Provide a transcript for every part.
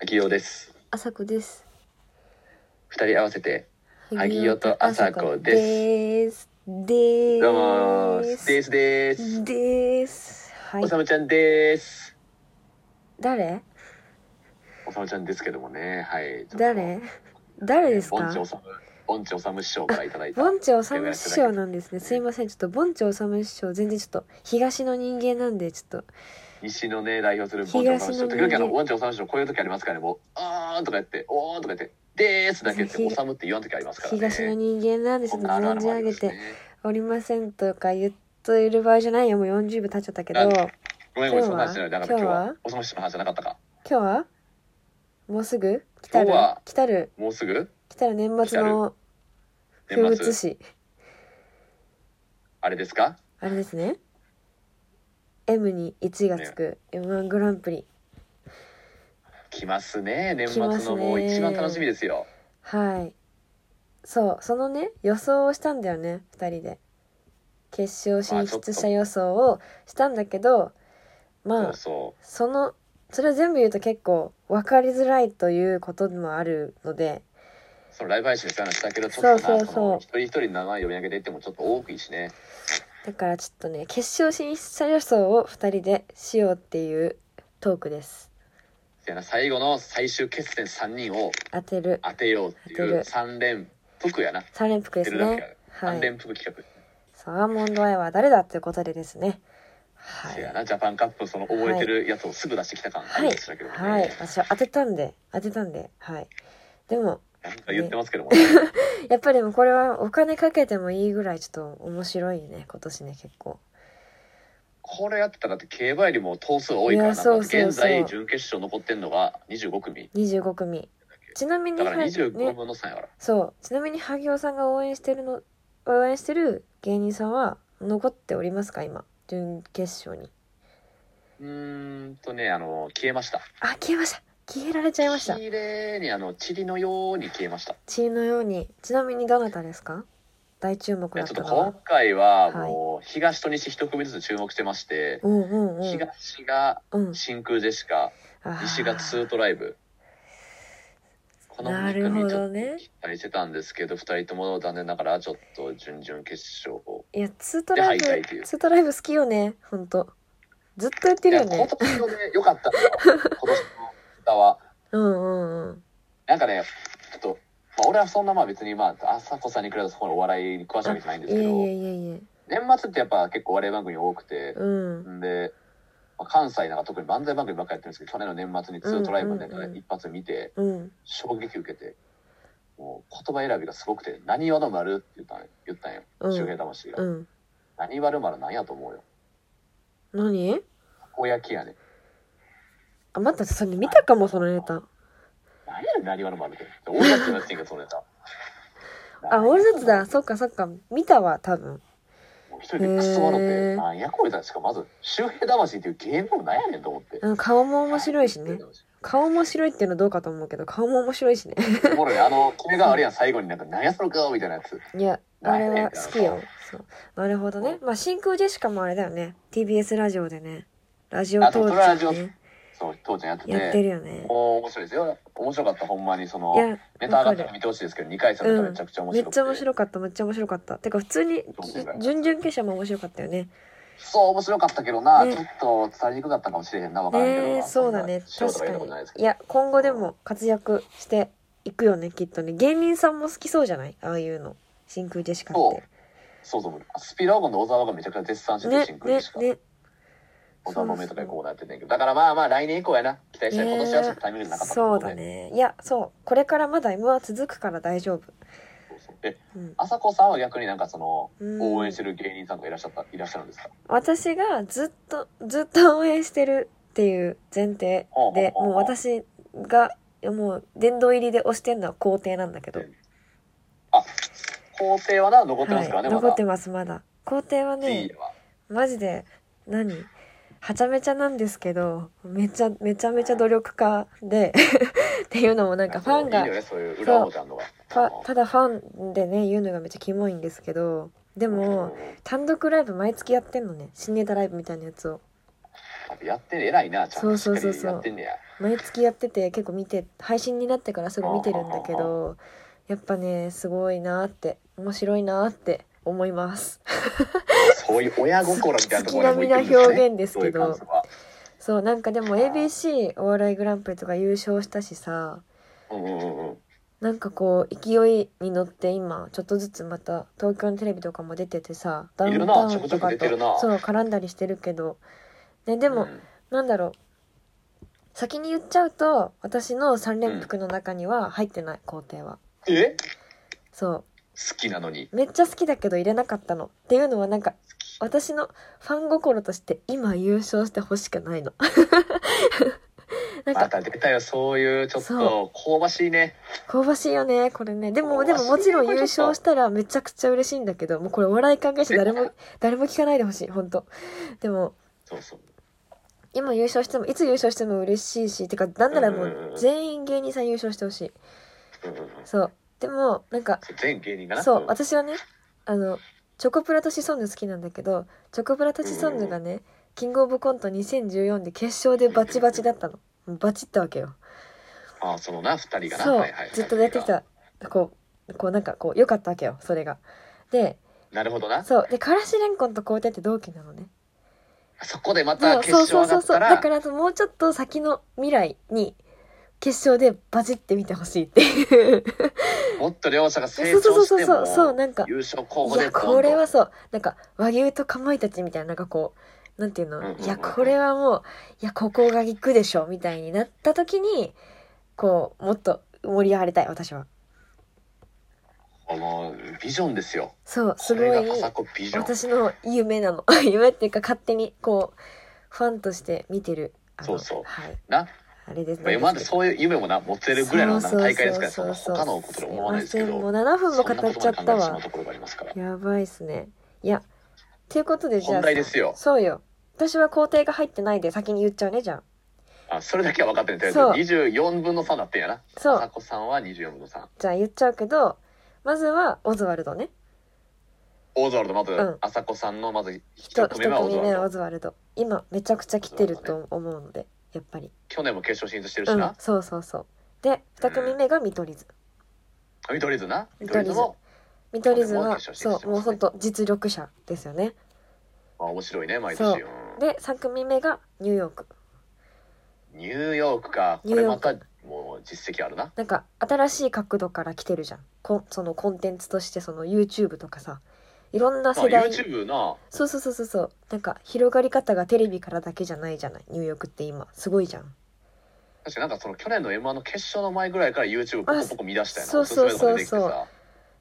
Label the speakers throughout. Speaker 1: 秋代です。
Speaker 2: あさこです。
Speaker 1: 二人合わせて、萩尾とあさこ
Speaker 2: です。で
Speaker 1: どうも
Speaker 2: ー
Speaker 1: ー
Speaker 2: す。
Speaker 1: ですです。
Speaker 2: です。はい
Speaker 1: お。さむちゃんです。
Speaker 2: 誰？
Speaker 1: おさむちゃんですけどもね、はい。
Speaker 2: 誰？誰です
Speaker 1: ボン
Speaker 2: か
Speaker 1: チ？おさむ、ボンチおさむ師匠からいただいた。
Speaker 2: ボンチョ治師匠なんですね。すいません、ちょっとボンチョ治師匠全然ちょっと東の人間なんでちょっと
Speaker 1: 西のね、代表するボンチおさむ師匠。
Speaker 2: 東
Speaker 1: 時
Speaker 2: のね
Speaker 1: 々あの、ボンチおさむ師匠、こういう時ありますからね、もう、あーんとか言って、おーんとか言って、でーすだけ言って、
Speaker 2: ひ
Speaker 1: おさむって言わん時ありますからね。
Speaker 2: 東の人間なんです
Speaker 1: こん
Speaker 2: ね。
Speaker 1: なあるあ
Speaker 2: 存
Speaker 1: る
Speaker 2: じ
Speaker 1: もあ
Speaker 2: 上
Speaker 1: り
Speaker 2: げ
Speaker 1: ますね
Speaker 2: て。おりませんとか言っている場合じゃないよ。もう40分経っちゃったけど。
Speaker 1: あ
Speaker 2: 今
Speaker 1: ごめんごめん、その話じゃない。だから今日
Speaker 2: 今日
Speaker 1: は
Speaker 2: は、
Speaker 1: おさむ師匠の話じゃなかったか。
Speaker 2: 日はもうすぐ来たる
Speaker 1: 今日は
Speaker 2: 来たる
Speaker 1: もうすぐ
Speaker 2: 来たら年末の風
Speaker 1: 年
Speaker 2: 物
Speaker 1: 末、
Speaker 2: 詩
Speaker 1: あれですか
Speaker 2: あれですね M に1位がつく m 1グランプリ
Speaker 1: 来ますね。年
Speaker 2: 来ます
Speaker 1: 末
Speaker 2: ね
Speaker 1: のもう一番楽しみですよ。
Speaker 2: はいそうそのね予想をしたんだよね2人で決勝進出者予想をしたんだけどま
Speaker 1: そ
Speaker 2: あ
Speaker 1: うそう。
Speaker 2: そのそれを全部言うと結構分かりづらいということもあるので
Speaker 1: そのライブ配信でそういうのしたけどちょっとな
Speaker 2: そうそうそう
Speaker 1: その一人一人の名前読み上げていってもちょっと多くいいしね
Speaker 2: だからちょっとね決勝進出者予想を2人でしようっていうトークです
Speaker 1: せやな最後の最終決戦3人を
Speaker 2: 当てる
Speaker 1: 当てようってい
Speaker 2: 当て
Speaker 1: う
Speaker 2: る
Speaker 1: 3連服やな
Speaker 2: 3連服です
Speaker 1: 当てるだけ
Speaker 2: ねは
Speaker 1: 3
Speaker 2: い
Speaker 1: 連服企画、
Speaker 2: そうアーモンドアイは誰だということでですね。は
Speaker 1: せや
Speaker 2: い。
Speaker 1: なジャパンカップその覚えてるやつをすぐ出してきた感あ
Speaker 2: は
Speaker 1: り
Speaker 2: い
Speaker 1: ましたけどね、
Speaker 2: はい。私は当てたんで、当てたんで、はい。でも、
Speaker 1: なんか言ってますけども、
Speaker 2: やっぱりでもこれはお金かけてもいいぐらいちょっと面白いね、今年ね、結構。
Speaker 1: これやってたらだって競馬よりも頭数多いから
Speaker 2: い
Speaker 1: な
Speaker 2: やそうそうそう
Speaker 1: 現在準決勝残ってんのが25組
Speaker 2: 25組。ちなみに、
Speaker 1: だから
Speaker 2: はい
Speaker 1: 25
Speaker 2: ね、
Speaker 1: 分の3やから、
Speaker 2: そう。ちなみに、萩尾さんが応援してるの、応援してる芸人さんは残っておりますか、今。準決勝に。
Speaker 1: うーんとねあの消えました
Speaker 2: あ、消えました。消えられちゃいました。
Speaker 1: 綺麗にあの塵のように消えました
Speaker 2: 血のように。ちなみに、どなたですか大注目
Speaker 1: い
Speaker 2: だ
Speaker 1: や
Speaker 2: っ
Speaker 1: ちょったと
Speaker 2: のは
Speaker 1: 今。回はもう東と西一組ずつ注目してまして、
Speaker 2: うんうんうん。
Speaker 1: 東が
Speaker 2: うん。
Speaker 1: 真空ジェシカ、西がツートライブこの
Speaker 2: な
Speaker 1: 2
Speaker 2: る
Speaker 1: 組
Speaker 2: ほ
Speaker 1: ちょ
Speaker 2: ど
Speaker 1: っと
Speaker 2: ね
Speaker 1: 期待してたんですけど2人とも残念ながらちょっと準々決勝を
Speaker 2: いやツートライブ
Speaker 1: で敗退という
Speaker 2: ツートライブ好きよねほんとずっと言ってるよ
Speaker 1: いや
Speaker 2: ね
Speaker 1: 今年のね良かったのよ今年の歌は
Speaker 2: うんうんうん
Speaker 1: なんかねちょっと、まあ、俺はそんなまあ別にまあ朝子さんに比べたそこのお笑いに詳しいわけじゃないんで
Speaker 2: い
Speaker 1: す
Speaker 2: や
Speaker 1: け
Speaker 2: い
Speaker 1: ど
Speaker 2: やいやいや
Speaker 1: 年末ってやっぱ結構お笑い番組多くて、
Speaker 2: うん
Speaker 1: んで、まあ、関西なんか特に漫才番組ばっかりやってるんですけど去年の年末に2トライブで
Speaker 2: うんうんうん
Speaker 1: 一発見て
Speaker 2: うん
Speaker 1: 衝撃受けてもう言葉選びがすごくて「何わの丸」って言ったん言ったんよ
Speaker 2: うん
Speaker 1: 周平魂が「
Speaker 2: うん
Speaker 1: 何わる丸なんやと思うよ
Speaker 2: 何
Speaker 1: たこ焼きやねん
Speaker 2: あ待ってそれ見たかもそのネタ
Speaker 1: 何やねん何わの丸って俺だってなってんけどそのネタ
Speaker 2: あ俺たちだそっかそっか見たわ多分
Speaker 1: もう一人でクソ笑っ
Speaker 2: へ
Speaker 1: て
Speaker 2: ー
Speaker 1: なんやこれだしかもまず周平魂っていうゲームもなんやねんと思って
Speaker 2: あの顔も面白いしね顔面白いっていうのどうかと思うけど顔も面白いしね
Speaker 1: おもろいねあの君があるやん最後になんか「何やその顔」みたいなやつ
Speaker 2: いやあれは好きよそうなるほどねまあ真空ジェシカもあれだよね TBS ラジオでねラジオ
Speaker 1: あ
Speaker 2: 当
Speaker 1: そうラジ
Speaker 2: 時
Speaker 1: オ
Speaker 2: ね
Speaker 1: そう父ちゃんやってて
Speaker 2: やってるよね
Speaker 1: もう面白いですよ面白かったほんまにその
Speaker 2: いや
Speaker 1: ネタ上がったら見てほしいですけど2回戦のネタめちゃくちゃ面
Speaker 2: め
Speaker 1: 白
Speaker 2: っ
Speaker 1: く
Speaker 2: ち
Speaker 1: て、
Speaker 2: ゃ面白かっためっちゃ面白かったてか普通にじ準々決勝も面白かったよね
Speaker 1: そう面白かったけどな、
Speaker 2: ね
Speaker 1: ちょっと伝えにくかったかもしれへんなわからんけど
Speaker 2: ねえ
Speaker 1: まあ
Speaker 2: そうだね
Speaker 1: そんな
Speaker 2: 確
Speaker 1: 素人が言うこ
Speaker 2: か
Speaker 1: と
Speaker 2: に
Speaker 1: ないですけ
Speaker 2: い
Speaker 1: ど
Speaker 2: や今後でも活躍していくよねきっとね芸人さんも好きそうじゃないああいうの真空ジェシカっ
Speaker 1: そうそうスピラーゴンの小沢がめちゃくちゃ絶賛しててる
Speaker 2: ね
Speaker 1: シンク
Speaker 2: ね
Speaker 1: ルしか、
Speaker 2: ね
Speaker 1: 小沢の目とかにこうなってんねんけどだからまあまあ来年以降やな期待したい、
Speaker 2: ねえ
Speaker 1: 今年はちょっとタイミングなかったと
Speaker 2: そ
Speaker 1: 思
Speaker 2: う
Speaker 1: ので
Speaker 2: だねいやそうこれからまだ M は続くから大丈夫
Speaker 1: そうそうで
Speaker 2: うん
Speaker 1: 朝子さんは逆になんかその
Speaker 2: うん
Speaker 1: 応援してる芸人さんがいらっしゃったいらっしゃるんですか
Speaker 2: 私がずっとずっと応援してるっていう前提
Speaker 1: ほう ほう
Speaker 2: で
Speaker 1: ほう
Speaker 2: もう私がもう殿堂入りで押してんのは皇帝なんだけど
Speaker 1: 工程はな残ってますからね、
Speaker 2: はい、
Speaker 1: まだ
Speaker 2: 残ってますまだ工程はね
Speaker 1: T は
Speaker 2: マジで何はちゃめちゃなんですけどめちゃめちゃめちゃ努力家で っていうのもなんかファン
Speaker 1: いい
Speaker 2: が
Speaker 1: よねそういう裏表あんのが
Speaker 2: たただファンでね言うのがめっちゃキモいんですけどでも単独ライブ毎月やってんのね新ネタライブみたいなやつを
Speaker 1: やっぱやってね偉いなちゃんとしっか
Speaker 2: そうそうそう
Speaker 1: り
Speaker 2: そう
Speaker 1: やってんねや
Speaker 2: 毎月やってて結構見て配信になってからすぐ見てるんだけどやっぱねすごいなって面白いなって思います
Speaker 1: そういう親心みたいなところにも
Speaker 2: 月
Speaker 1: 行ってるんです
Speaker 2: 並みな表
Speaker 1: ね
Speaker 2: 現です
Speaker 1: そうい
Speaker 2: け
Speaker 1: う感
Speaker 2: ど
Speaker 1: 想は
Speaker 2: そうなんかでも ABC お笑いグランプリとか優勝したしさ
Speaker 1: うんうんうんうん
Speaker 2: なんかこう勢いに乗って今ちょっとずつまた東京のテレビとかも出ててさダウンタウンとか
Speaker 1: いるなちょくちょく出てるな
Speaker 2: とそう絡んだりしてるけど、ね、でも、
Speaker 1: うん
Speaker 2: なんだろう先に言っちゃうと私の三連服の中には入ってない工程は
Speaker 1: え
Speaker 2: そ
Speaker 1: 好きなのに
Speaker 2: うめっちゃ好きだけど入れなかったのっていうのはなんか私のファン心として今優勝してほしくないの なん
Speaker 1: ま
Speaker 2: か
Speaker 1: た出たよそういうちょっ
Speaker 2: そ
Speaker 1: と香ばしいね
Speaker 2: 香ばしいよねこれねでもでも
Speaker 1: 香
Speaker 2: も
Speaker 1: ばしい
Speaker 2: ちろん優勝したらめちゃくちゃ嬉しいんだけどもうこれお笑い関係者誰も誰も聞かないでほしい本当でも
Speaker 1: そうそう
Speaker 2: 今優勝してもいつ優勝しても嬉しいしてかなんならも
Speaker 1: うんうん
Speaker 2: う
Speaker 1: うん
Speaker 2: 全員芸人さん優勝してほしい
Speaker 1: うんうんうん
Speaker 2: そうでもなんか
Speaker 1: そう全芸人だな
Speaker 2: そう私はねあのチョコプラとシソンヌ好きなんだけどチョコプラとシソンヌがねキングオブコント2014で決勝でバチバチだったのバチったわけよ
Speaker 1: あそのな二人がな
Speaker 2: そう、
Speaker 1: はいはいはい
Speaker 2: ずっとやってきたこうこうなんかこう良かったわけよそれがで
Speaker 1: なるほどな
Speaker 2: そうでからしれんこんとこうやって同期なのね
Speaker 1: そこでまた
Speaker 2: そう
Speaker 1: 決
Speaker 2: そう
Speaker 1: 勝
Speaker 2: そう
Speaker 1: 上がっ
Speaker 2: そうそう
Speaker 1: た
Speaker 2: だ
Speaker 1: ら
Speaker 2: からもうちょっと先の未来に決勝でバチって見てほしいっていう
Speaker 1: もっと両者が成
Speaker 2: そうそ
Speaker 1: 長
Speaker 2: う
Speaker 1: し
Speaker 2: そう
Speaker 1: て
Speaker 2: そうそう
Speaker 1: も
Speaker 2: なんか
Speaker 1: 優勝候
Speaker 2: い
Speaker 1: 補で
Speaker 2: やこれはそうなんか和牛とかまいたちみたいななんかこうなんていうの、
Speaker 1: うんうんうんうん
Speaker 2: いやこれはもういやここが行くでしょみたいになった時にこうもっと盛り上がりたい私は
Speaker 1: このビジョンですよ
Speaker 2: そうす
Speaker 1: こ
Speaker 2: ごい
Speaker 1: れが笠子ビジョン
Speaker 2: 私の夢なの夢っていうか勝手にこうファンとして見てるあの
Speaker 1: そうそう
Speaker 2: はい
Speaker 1: な
Speaker 2: あれです
Speaker 1: まあ今までそういう夢もな持ってるぐらいのな大会ですからその他のことで思わないですけ
Speaker 2: すいませんも
Speaker 1: ど
Speaker 2: う7分
Speaker 1: そ
Speaker 2: も
Speaker 1: んな
Speaker 2: 語
Speaker 1: こ
Speaker 2: っ
Speaker 1: と
Speaker 2: ちゃ
Speaker 1: ま
Speaker 2: っ
Speaker 1: で考え
Speaker 2: た
Speaker 1: てしまう
Speaker 2: わ
Speaker 1: ところがありますから
Speaker 2: やばいっすねいやということでじゃあ
Speaker 1: 本題ですよ
Speaker 2: そうよ私は工程が入ってないで先に言っちゃうねじゃあ
Speaker 1: あそれだけは分かってるんです
Speaker 2: そう
Speaker 1: 二24分の3だってんやな
Speaker 2: そう
Speaker 1: 笠子さんは24分の3
Speaker 2: じゃあ言っちゃうけどまずはオズワルドね
Speaker 1: オズワルドまず
Speaker 2: うん
Speaker 1: 朝子さんのまず
Speaker 2: 一
Speaker 1: 1
Speaker 2: 一
Speaker 1: 組目はオズ
Speaker 2: 組
Speaker 1: ワ
Speaker 2: 目
Speaker 1: ル
Speaker 2: はオ
Speaker 1: ド
Speaker 2: ズワルド今めちゃくちゃ来てると思うのでやっぱり
Speaker 1: 去年も決勝進出してる
Speaker 2: う
Speaker 1: し
Speaker 2: ん
Speaker 1: な
Speaker 2: そうそうそうで2組目が見取り図
Speaker 1: 見取り図な
Speaker 2: 見
Speaker 1: 見取
Speaker 2: 取り
Speaker 1: り
Speaker 2: 図
Speaker 1: 図も
Speaker 2: 見取り図
Speaker 1: もう
Speaker 2: は
Speaker 1: 決勝進出
Speaker 2: そうもうほんと実力者ですよね
Speaker 1: まあ面白いね毎
Speaker 2: そう
Speaker 1: 年うん
Speaker 2: で3組目がニューヨーク
Speaker 1: ニューヨークか
Speaker 2: ニ
Speaker 1: こ
Speaker 2: ュー
Speaker 1: れ
Speaker 2: ヨー
Speaker 1: ま
Speaker 2: ク
Speaker 1: たもう実績あるな
Speaker 2: なんか新しい角度から来てるじゃんこんそのコンテンツとしてその YouTube とかさいろん
Speaker 1: ま
Speaker 2: な
Speaker 1: あ
Speaker 2: 世代
Speaker 1: YouTube な
Speaker 2: そうそうそうそうそうなんか広がり方がテレビからだけじゃないじゃないニューヨークって今すごいじゃん
Speaker 1: 確かになんかその去年の m 1の決勝の前ぐらいから YouTube ポコポコ見出したよ
Speaker 2: あそ
Speaker 1: な
Speaker 2: うそうそうそう
Speaker 1: おすすめとか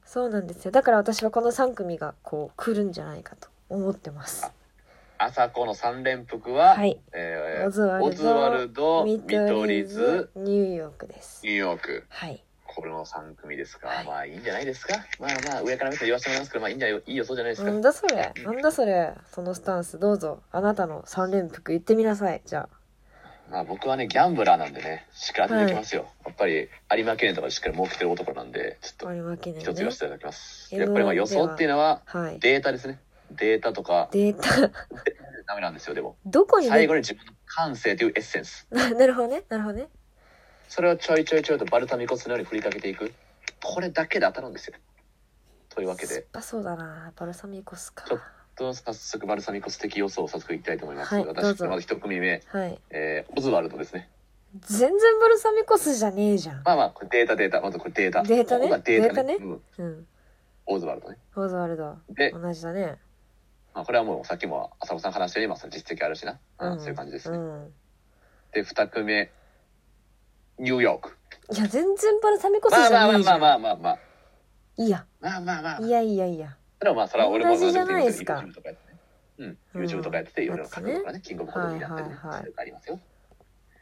Speaker 2: そうなんですよだから私はこの3組がこう来るんじゃないかと思ってます
Speaker 1: 朝子の三連服は、
Speaker 2: はい
Speaker 1: えー
Speaker 2: オズワルド
Speaker 1: オズワルド見
Speaker 2: 見取
Speaker 1: 取
Speaker 2: り
Speaker 1: り
Speaker 2: 図
Speaker 1: 図
Speaker 2: ニューヨークです
Speaker 1: ニューヨーク
Speaker 2: はい
Speaker 1: これの三組ですか、
Speaker 2: はい
Speaker 1: まあいいんじゃないですかまあまあ上から見て言わせてもらいますけどまあいいんじゃないいい予想じゃないです
Speaker 2: な
Speaker 1: か、
Speaker 2: んだそれなんだそれそのスタンスどうぞあなたの3連服言ってみなさいじゃあ
Speaker 1: まあ僕はねギャンブラーなんでねしっかり当てていきますよ、やっぱり有馬記念とかでしっかり儲けてる男なんでちょっ
Speaker 2: 有馬記
Speaker 1: と
Speaker 2: 念
Speaker 1: 一つ言
Speaker 2: ね
Speaker 1: わせていただきます、
Speaker 2: M1
Speaker 1: やっぱりまあ予想っていうのは
Speaker 2: はい
Speaker 1: データですねデータとか
Speaker 2: データ
Speaker 1: ダメなんですよでも
Speaker 2: どこに
Speaker 1: 最後に自分の感性というエッセンス
Speaker 2: ななるほどねなるほどね
Speaker 1: それをちょいちょいちょいとバルタミコスのように振りかけていくこれだけで当たるんですよというわけ
Speaker 2: 酸っ
Speaker 1: で
Speaker 2: ぱそうだなバルサミコ酢か
Speaker 1: ちょっ早速バルサミコス的予想を早速いきたいと思います、
Speaker 2: はいどう
Speaker 1: 私
Speaker 2: ぞ
Speaker 1: まず一組目、
Speaker 2: はい
Speaker 1: えーオズワルドですね
Speaker 2: 全然バルサミコ酢じゃねえじゃん
Speaker 1: まあまあこれデータデータまずこれデータ
Speaker 2: データね
Speaker 1: ここがデータね
Speaker 2: データ
Speaker 1: うん、
Speaker 2: うん
Speaker 1: オズワルドね
Speaker 2: オズワルド
Speaker 1: で、
Speaker 2: 同じだね
Speaker 1: まあ、これはもうさっきも浅子さん話してます実績あるしな、うんそういう感じですね、
Speaker 2: うん
Speaker 1: で二組目ニューヨーク
Speaker 2: いや全然バルサミコ酢
Speaker 1: まあ
Speaker 2: じ
Speaker 1: まあ
Speaker 2: ゃ
Speaker 1: まあ
Speaker 2: ねえじゃ
Speaker 1: まあ
Speaker 2: ん
Speaker 1: まあまあまあ
Speaker 2: いいや
Speaker 1: まあまあまあ
Speaker 2: いやいやいや
Speaker 1: それはまあそれは俺も
Speaker 2: 同じじゃないですか
Speaker 1: YouTube とかやってねうん
Speaker 2: うん
Speaker 1: YouTube とかやってていろいろ書くとかねキングオブコントになったりね
Speaker 2: はいは
Speaker 1: そう
Speaker 2: いはい
Speaker 1: いうのがありますよ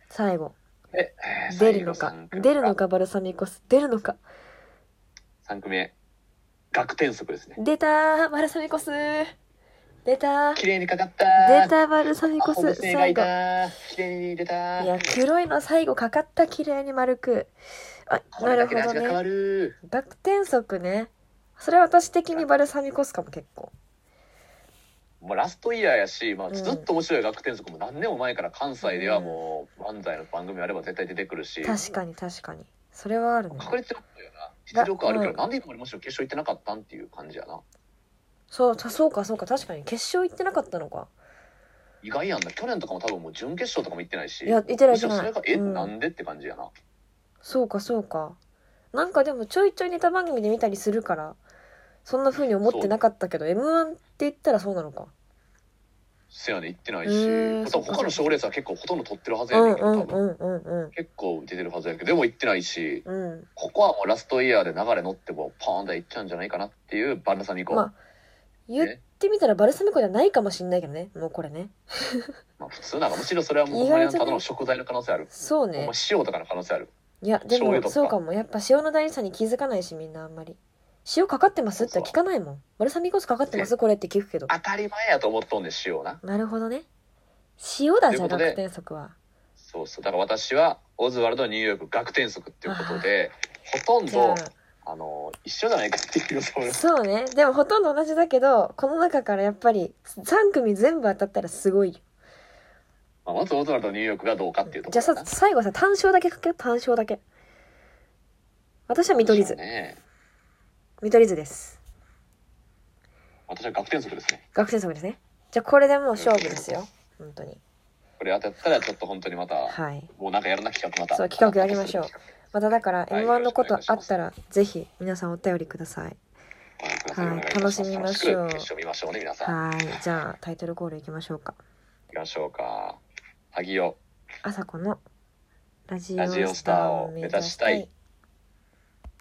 Speaker 2: 最後
Speaker 1: でえー
Speaker 2: 出るのか
Speaker 1: 最後三組
Speaker 2: 出るのかバルサミコ酢出るのか
Speaker 1: 3組目学天則ですね
Speaker 2: 出たーバルサミコ酢出たー
Speaker 1: 綺麗にかかった
Speaker 2: 出たバルサミ
Speaker 1: ア
Speaker 2: コ
Speaker 1: ホの
Speaker 2: 酢
Speaker 1: 精がい
Speaker 2: 最後
Speaker 1: た綺麗に出た
Speaker 2: いや黒いの最後かかった綺麗に丸くあ
Speaker 1: こ
Speaker 2: な
Speaker 1: れだ
Speaker 2: るほ
Speaker 1: けで
Speaker 2: ど
Speaker 1: 味が変
Speaker 2: ね
Speaker 1: わる
Speaker 2: 濁点足ねそれは私的にバルサミコ酢かも結構
Speaker 1: まあ、ラストイヤーやし、まあ、
Speaker 2: うん
Speaker 1: ずっと面白い学天族も何年も前から関西ではもう漫才の番組あれば絶対出てくるし、
Speaker 2: 確かに確かにそれはあるね
Speaker 1: 確率あったよな実力あるけ
Speaker 2: う
Speaker 1: ど
Speaker 2: ん
Speaker 1: なんで今までもちろん決勝行ってなかったんっていう感じやな
Speaker 2: そうたそうかそうか確かに決勝行ってなかったのか
Speaker 1: 意外やんな去年とかも多分もう準決勝とかも行ってないし
Speaker 2: いや行ってない
Speaker 1: むしろそれ
Speaker 2: 行っ
Speaker 1: が
Speaker 2: て
Speaker 1: え、
Speaker 2: ないうん
Speaker 1: なんでって感じやな
Speaker 2: そうかそうかなんかでもちょいちょいネタ番組で見たりするからそんな風に思ってなかったけど m 1って言ったらそうなのか
Speaker 1: せやね行ってない
Speaker 2: へ
Speaker 1: し、
Speaker 2: ー
Speaker 1: まあ
Speaker 2: そ
Speaker 1: 多
Speaker 2: っか
Speaker 1: 分他の賞レースは結構ほとんど取ってるはず
Speaker 2: う
Speaker 1: やね
Speaker 2: ん
Speaker 1: んけ
Speaker 2: う
Speaker 1: ど
Speaker 2: ん
Speaker 1: 多
Speaker 2: う
Speaker 1: 分
Speaker 2: んうんうん
Speaker 1: 結構出てるはずやけどでも行ってないし
Speaker 2: うん
Speaker 1: ここはもうラストイヤーで流れ乗ってもうパーンと行っちゃうんじゃないかなっていうバンナさんに行こう、
Speaker 2: まあ言ってみたらバルサミコじゃないかもしんないけどねもうこれね
Speaker 1: まあ普通なんかむしろそれはもうほんまに
Speaker 2: 意外じ
Speaker 1: た
Speaker 2: ゃない
Speaker 1: だの食材の可能性ある、
Speaker 2: そう
Speaker 1: ほん
Speaker 2: ね
Speaker 1: ま塩とかの可能性ある
Speaker 2: いやで
Speaker 1: 醤油
Speaker 2: も
Speaker 1: とか
Speaker 2: そうかもやっぱ塩の大事さに気づかないしみんなあんまり塩かかってますって聞かないもんバルサミコ酢かかってますこれって聞くけど
Speaker 1: 当たり前やと思っとんねん塩な
Speaker 2: なるほどね塩だ
Speaker 1: とい
Speaker 2: じゃ
Speaker 1: うこと
Speaker 2: 楽
Speaker 1: で
Speaker 2: 天則は
Speaker 1: そうそうだから私はオズワルドニューヨーク学天則っていうことでほとん
Speaker 2: じ
Speaker 1: ど
Speaker 2: ゃ
Speaker 1: あの一緒じゃないかっていうそう
Speaker 2: あそうねでもほとんど同じだけどこの中からやっぱり3組全部当たったらすごいよ
Speaker 1: まあ、まずオズワルドニューヨークがどうかっていうとこ
Speaker 2: じゃ
Speaker 1: ろ
Speaker 2: あさ最後さ単勝だけかけよう単勝だけ私は見取り
Speaker 1: そう
Speaker 2: 図
Speaker 1: ね
Speaker 2: 見取り図です
Speaker 1: 私は学天則ですね
Speaker 2: 学生則ですねじゃあこれでもう勝負ですよ本当に
Speaker 1: これ当たったらちょっと本当にまた、
Speaker 2: はい
Speaker 1: もうなんかやらな企画また
Speaker 2: そう企画やりましょうまただから
Speaker 1: はい
Speaker 2: m 1のこと
Speaker 1: よろしくお願い
Speaker 2: あ
Speaker 1: しま
Speaker 2: っ
Speaker 1: す
Speaker 2: たらぜひ皆さんお便りください
Speaker 1: はい
Speaker 2: はい楽しみましょう
Speaker 1: 楽く決勝見ましょうね皆さん
Speaker 2: はいじゃあタイトルコールいきましょうか
Speaker 1: 行きましょうか萩尾
Speaker 2: 朝子のラジ
Speaker 1: ラジ
Speaker 2: オ
Speaker 1: オ
Speaker 2: ス
Speaker 1: ス
Speaker 2: タ
Speaker 1: タ
Speaker 2: ー
Speaker 1: ー
Speaker 2: を
Speaker 1: を
Speaker 2: 目
Speaker 1: 目
Speaker 2: 指
Speaker 1: 指
Speaker 2: し
Speaker 1: したた
Speaker 2: い
Speaker 1: い